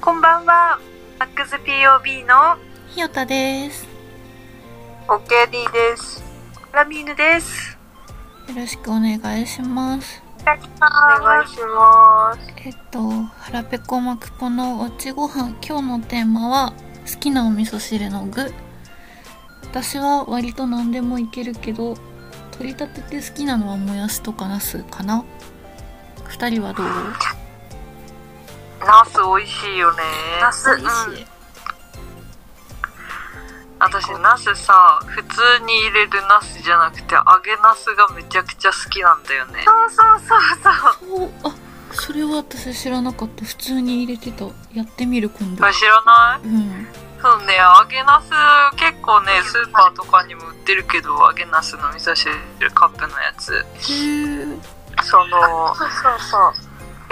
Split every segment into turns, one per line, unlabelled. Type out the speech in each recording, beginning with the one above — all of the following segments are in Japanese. こんばんは。マックス POB の
ひよたです。
オッケーディです。ラミーヌです。
よろしくお願いします。
お願いします。
えっと、腹ペコマクポのおうちご飯、今日のテーマは、好きなお味噌汁の具。私は割と何でもいけるけど、取り立てて好きなのはもやしとかナスかな。二人はどう
ナス美味しいよね。ナス、うん
美味しい。
私ナスさ、普通に入れるナスじゃなくて、揚げナスがめちゃくちゃ好きなんだよね。そうそうそうそう。
そう、あ、それは私知らなかった。普通に入れてた。やってみる今度
これ。知らない
うん。
そうね、揚げナス結構ね、スーパーとかにも売ってるけど、揚げナスの味噌汁カップのやつ。
へー
その、そうそうそう。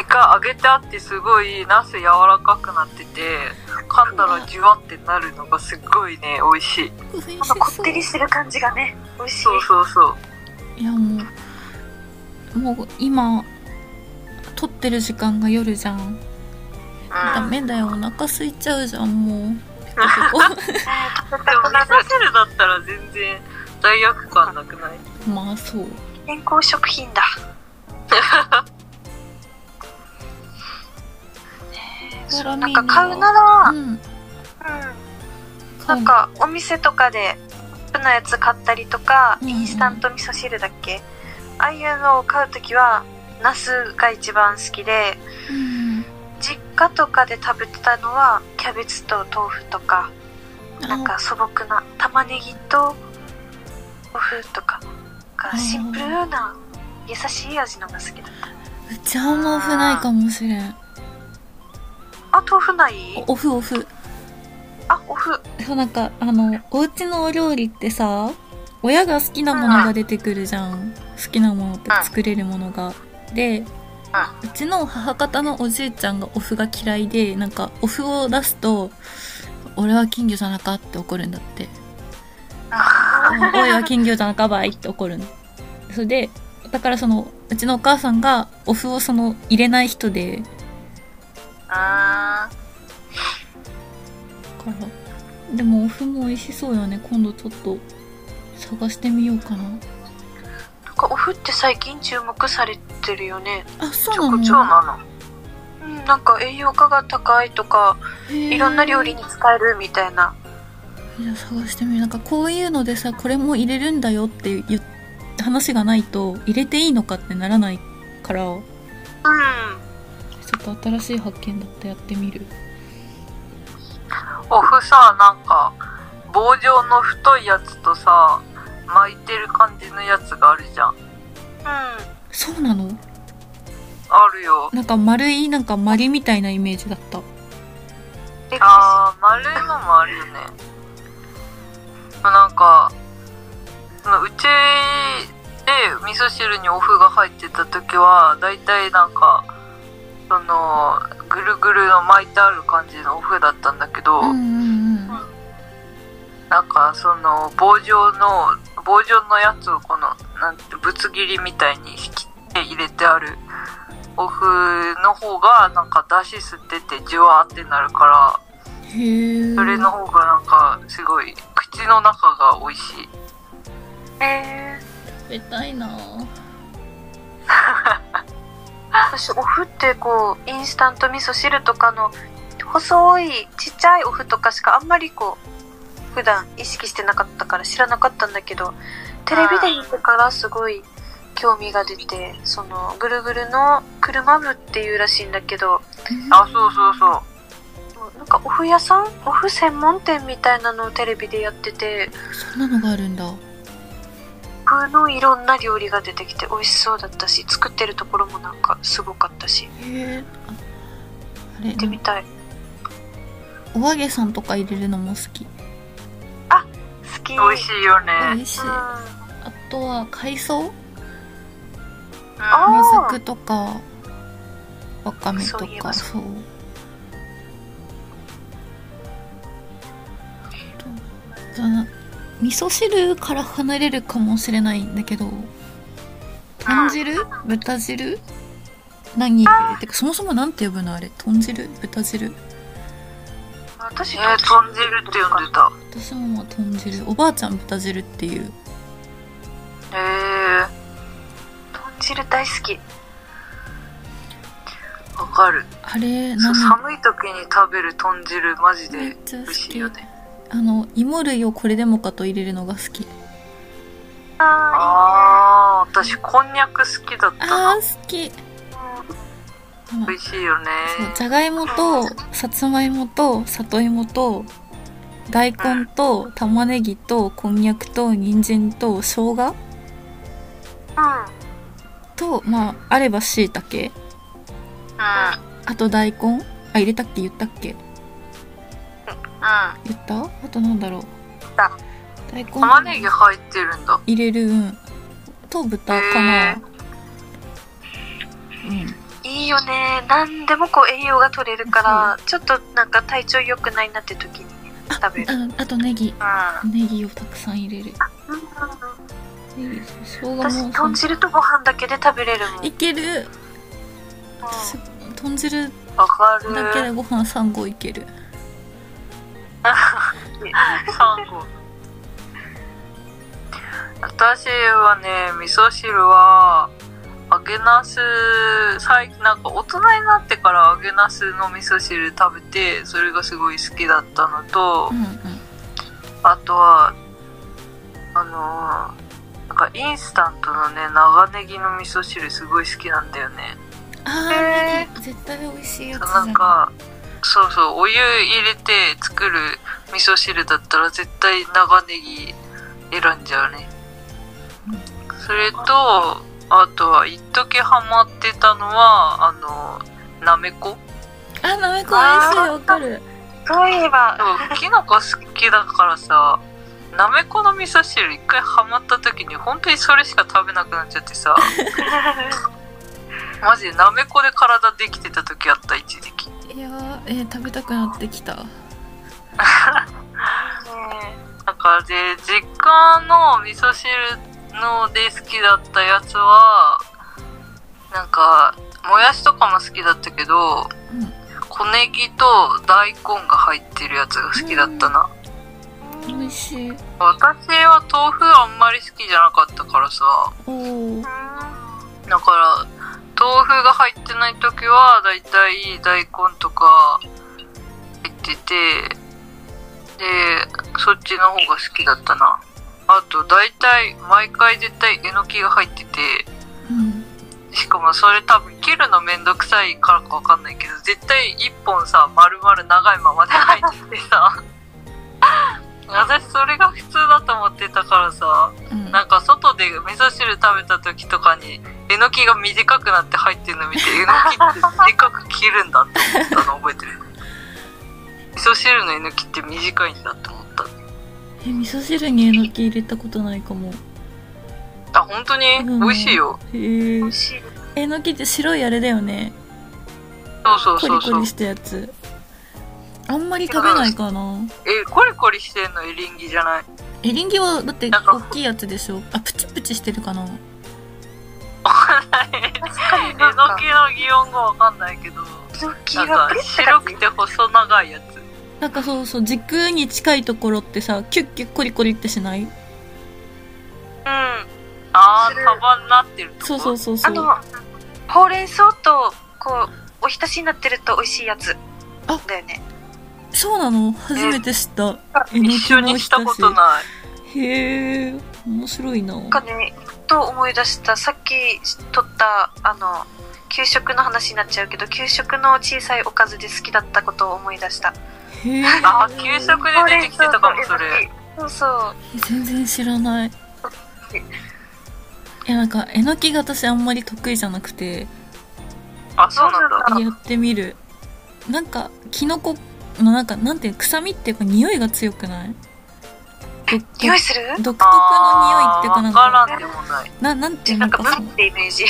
一回揚げてあってすごいナス柔らかくなってて、噛んだらジュワってなるのがすっごいね、美味しい。
美味し
なんかこ
そ
っ
う
て。りしてる感じがね、美味しい。
そうそうそう。
いやもうもう今撮ってる時間が夜じゃんダ
うん。
メだよお腹空いちゃうじゃんも
で
う
も味噌汁だったら全然罪悪感なくない
まあそう
健康食品だ。ね
ド
えそ
ラ
う
ミー
な
に
ん
は
か買うなら、
う
うん
ん
なんかお店とかでカップのやつ買ったりとか、
うんうん
インスタント味噌汁だっけああいうのを買うときは、ナスが一番好きで、
うん
実家とかで食べてたのは、キャベツと豆腐とか、なん
あ
か素朴な玉ねぎと豆腐とかがシンプルな優しい味のが好きだった
うちは豆腐ないかもしれん
あ豆腐ない
おオフオフ
あおふ
そうなんかあのお家のお料理ってさ親が好きなものが出てくるじゃん好きなものって作れるものがでうちの母方のおじいちゃんがお麩が嫌いでなんかお麩を出すと「俺は金魚じゃなか」って怒るんだって「
あ
おいは金魚じゃなかばい」って怒るのそれでだからそのうちのお母さんがお麩をその入れない人で
あ
からでもお麩も美味しそうよね今度ちょっと探してみようかな
なんかおふって最近注目されてるよね
あそう
ち
な
ょ
の
こちょなの。
うんなんか栄養価が高いとかい
い
ろんな料理に使えるみたいな
じゃあ探してみるなんかこういうのでさこれも入れるんだよっていう話がないと入れていいのかってならないからちょ
うん
っと新しい発見だったやってみる
お麩さ、なんか、棒状の太いやつとさ、巻いてる感じのやつがあるじゃん。
う
そうなの
あるよ。
なんか丸いなんかマリみたいなイメージだった
んえ
あー、丸いのもあるよね。まあなんか、まあうちで味噌汁にお麩が入ってた時は、だいたいなんか、その、ぐるぐるの巻いてある感じのお麩だったんだけど、
うんうん
なんかその棒状の棒状のやつをこのなんてぶつ切りみたいに切って入れてあるお麩の方がなんか出汁吸っててジュワーってなるから
へえ
それの方がなんかすごい口の中が美味しい
えー
食べたいなぁ
私おふってこうインスタント味噌汁とかの細いちっちゃいお麩とかしかあんまりこう普段意識してなかったから知らなかったんだけどテレビで見てからすごい興味が出てそのぐるぐるの車部っていうらしいんだけど
あそうそうそう
なんかお麩屋さんお麩専門店みたいなのをテレビでやってて
そんなのがあるんだ
麩のいろんな料理が出てきて美味しそうだったし作ってるところもなんかすごかったし
へえあれ
行ってみたい
お揚げさんとか入れるのも好き
好き
美味しいよ
美
ね
味しい
うん
あ
あ
とは海藻
あ
も
ー
ずくとかわかめと
そういえ
か
ば
そうとだな味噌汁から離れるかもしれないんだけど豚汁豚汁何入れるてかそもそもなんて呼ぶのあれ豚汁豚汁
私
えー、豚汁って呼んでた。
私もまあ豚汁おばあちゃん豚汁っていう
ええ
豚汁大好き
ー、わかる。
あれ
そう
何
寒い時に食べる豚汁、マジ
めっ
で
ちゃ
美
好
味しい
き
よね。
あの芋類をこれでもかと入れるのが好き
あ
ああ、私、こんにゃく好きだった
あ
な。
ー好き
ー
うん
美味しいよね。
そうじゃがいもとさつまいもと里芋と大根と玉ねぎとこんにゃくと人参と生姜
う
とまああればしいたけ
うん。
あと大根あ入れたっけ言ったっけ
うん。
言ったあとなんだろう
た
大根
玉ねぎ入ってるんだ。
入れるうんと豚かな、
へー
んいいよね何でもこう栄養が取れるからちょっとなんか体調良くないなって時にね食 べる
うんああとネギ
う
ネギをたくさん入れる
ん
ネギ生姜も
私豚汁とご飯だけで食べれるもん
いける私
う
豚汁
わかる。
だけでご飯3合いける
サンゴ。私はね、味噌汁は、揚げなす、最近なんか大人になってから揚げなすの味噌汁食べて、それがすごい好きだったのと
うん、うん
あとは、あのーなんかインスタントのね、長ネギの味噌汁すごい好きなんだよね。
あー、ネギ絶対美味しいやつじゃ
なんか、そうそう、お湯入れて作る味噌汁だったら絶対長ネギ選んじゃうね。それと、あとは、一時ハマってたのは、あの、なめこ
あなめこ美味しいわかる
そういえ ば
そうきのこ好きだからさ、なめこの味噌汁一回ハマった時に本当にそれしか食べなくなっちゃってさ、マジでなめこで体できてた時あった、一時期。
いやー、えー食べたくなってきた
ね
なんかで、実家の味噌汁ので好きだったやつは、なんか、もやしとかも好きだったけど、
うん
小ネギと大根が入ってるやつが好きだったな。
美味しい
私は豆腐あんまり好きじゃなかったからさ、
おおー
だから、豆腐が入ってない時は、だいたい大根とか入ってて、で、そっちの方が好きだったな。あと、だいたい、毎回絶対えのきが入ってて、
うん
しかもそれ多分切るのめんどくさいからかわかんないけど、絶対一本さ、丸々長いままで入っててさ、私それが普通だと思ってたからさ、
うん
なんか外で味噌汁食べた時とかにえのきが短くなって入ってるの見てえのきって短く切るんだって思ったの覚えてる味噌汁のえのきって短いんだと思っ
え味噌汁にえのき入れたことないかも
たあ本当に
うん
美味しいよ、
へ
美
ー
味しい
えのきって白いあれだよね
そう
コ
そうそ
リ
うそ
コ
う
リしたやつあんまり食べないかな
えコリコリしてんのエリンギじゃない
エリンギはだって
なんか
大きいやつでしょあプチプチしてるかな
えの
確かに
き
なんか
の擬音語わかんないけど
えのき
な
が
ん
プ
か
リッて
白くて細長いやつ
なんかそうそう軸に近いところってさキュッキュッコリコリってしな
う
い
んあー束になってるとこ
そうそうそうそ
あ
う
のほうれん草とこうおひたしになってると美味しいやつ
あ
だよね
そうなの初めて知ったえの
一緒にしたことない
いへえ面白いな
なんかねふと思い出したさっき取ったあの給食の話になっちゃうけど給食の小さいおかずで好きだったことを思い出した
へえ
あー給食で出てきてたかもそれ
そうそう
全然知らないいやなんかえのきが私あんまり得意じゃなくて
あそうなんだ
やってみるなんかキノコのなんかなんていう臭みっていうか匂いが強くないどど
匂いする
独特の匂いっていうかなん
あーわ
か
からんでもない。
ななんていう
なん
の
か
か
ブ
そ
ン
の
ってイメージ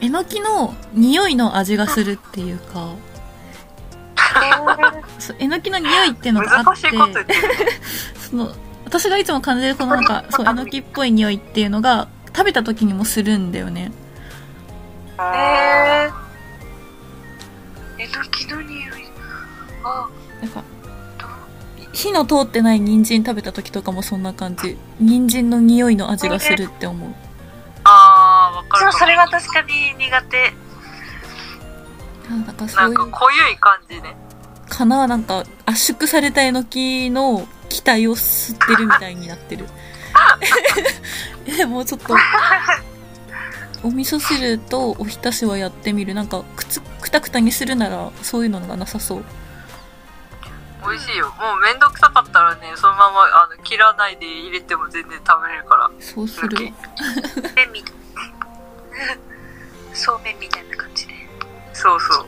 えのきの匂いの味がするっていうかそうえのきの匂いっていうのがあ
難
っ
しいこと言っててる。
その私がいつも感じるこのなんかそうえのきっぽい匂いっていうのが食べた時にもするんだよね
えーえのきの匂いあ
なんか火の通ってない人参食べた時とかもそんな感じ人参の匂いの味がするって思う
ああわか
そ
る
うそれは
か
確かに苦手
あなんか
も
そ
な
うんい
か
う
濃ゆい感じね
かななんか圧縮されたえのきの気体を吸ってるみたいになってる でもうちょっとお味噌汁とおひたしはやってみるなんかくつくたくたにするならそういうのがなさそう
美味しいよもうめんどくさかったらねそのままあの切らないで入れても全然食べれるから
そうするわ
麺みたいそうめんみたいな感じで
そうそう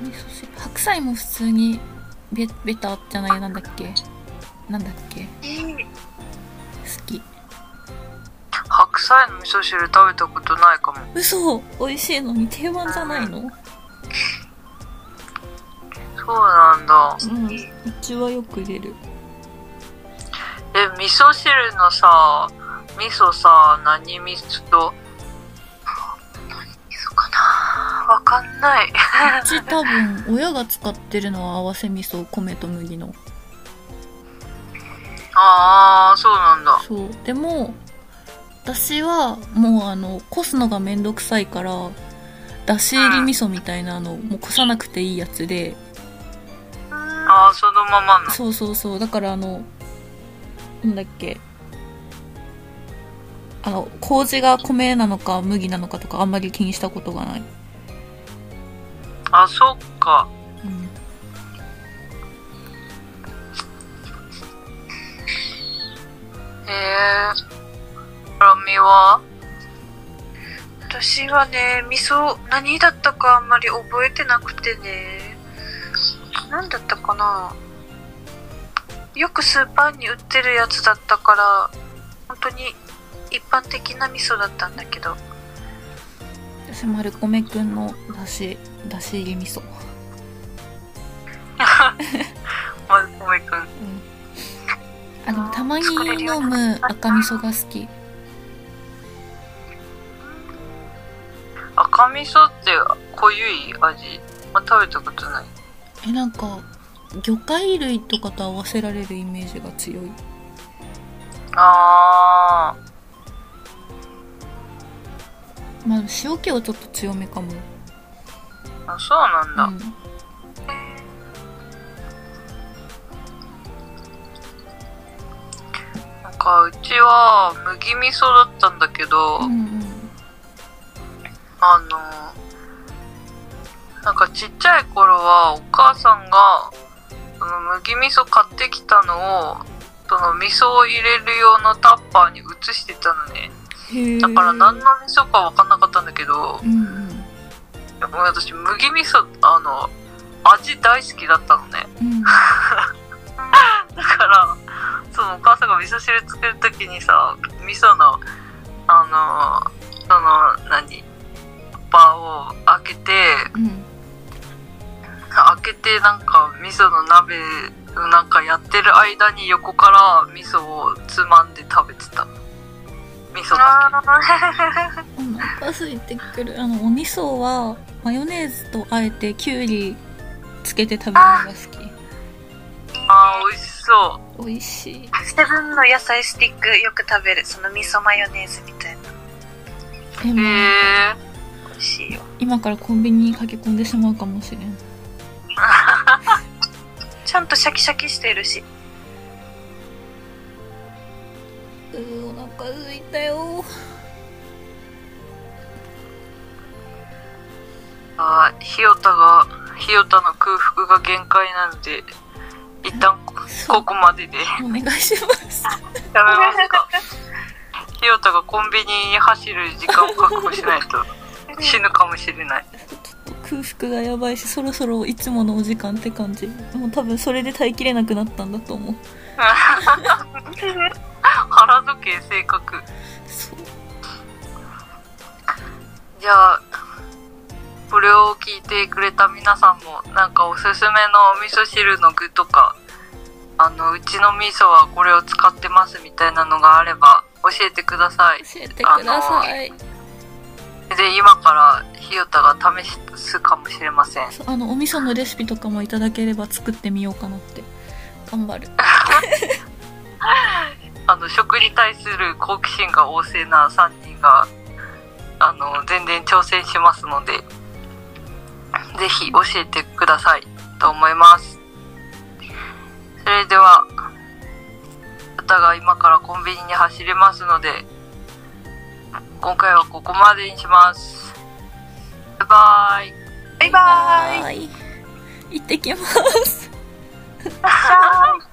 味噌汁白菜も普通にベベタじゃないなんだっけなんだっけ好き
白菜の味噌汁食べたことないかも
嘘美味しいのに定番じゃないの
そうなんだ
うんうちはよく入れる
え味噌汁のさ味噌さ何味噌と
そうかなわかんないう
ち多分親が使ってるのは合わせ味噌米と麦の
ああそうなんだ
そうでも私はもうあのこすのがめんどくさいからだし入り味噌みたいなあのもうこさなくていいやつで
ああそのままの
そうそうそうだからあのなんだっけあの麹が米なのか麦なのかとかあんまり気にしたことがない、
あそっか
うん、
へえ辛味は
私はね味噌何だったかあんまり覚えてなくてね何だったかなよくスーパーに売ってるやつだったから本当に一般的な味噌だったんだけど
私丸米くんのだしだし入り味噌
まず米くん
あでもたまに
作れるよ
飲
うにな
む
った
赤味噌が好き
赤味噌って濃ゆい味、まあ、食べたことない
えなんか魚介類とかと合わせられるイメージが強い
ああ
まあ塩気はちょっと強めかも、
あそうなんだ、
うん、
なんかうちは麦味噌だったんだけど、
うんうん
あのなんかちっちゃい頃はお母さんがその麦味噌買ってきたのをその味噌を入れる用のタッパーに移してたのね
へえ
だから何の味噌か分かんなかったんだけど
うんうん
でも私麦味噌あの味大好きだったのね
うん
だからそのお母さんが味噌汁作る時にさ味噌のあのその何バーを開けて
うん
開けてなんか味噌の鍋なんかやってる間に横から味噌をつまんで食べてた味噌だけ
あ
お腹空いてくるあのお味噌はマヨネーズとあえてきゅうりつけて食べるのが好
あー美味しそう
き美味しい
ーセブンの野菜スティックよく食べるその味噌マヨネーズみたいな
え
へ
もう
え
美味しいよ
今からコンビニに駆け込んでしまうかもしれん
ちゃんとシャキシャキしてるし
うーお腹空いたよ
あーひよたがひよたの空腹が限界なので一旦こここまででや
お願いします
めますかひよたがコンビニに走る時間を確保しないと死ぬかもしれない。
ちょっと空腹がやばいしそろそろいつものお時間って感じもう多分それで耐えきれなくなったんだと思う
腹時計性格。
そう
じゃあ、これを聞いてくれた皆さんも、なんかおすすめのお味噌汁の具とか、あの、うちの味噌はこれを使ってますみたいなのがあれば、教えてください。
教えてください
で今からひよたが試すかもしれません
そうあのお味噌のレシピとかもいただければ作ってみようかなって頑張る
あの食に対する好奇心が旺盛な3人があの全然挑戦しますのでぜひ教えてくださいと思いますそれでは歌が今からコンビニに走りますので今回はここまでにしますバイバイ
バイバーイ
はーい行ってきます
じゃあ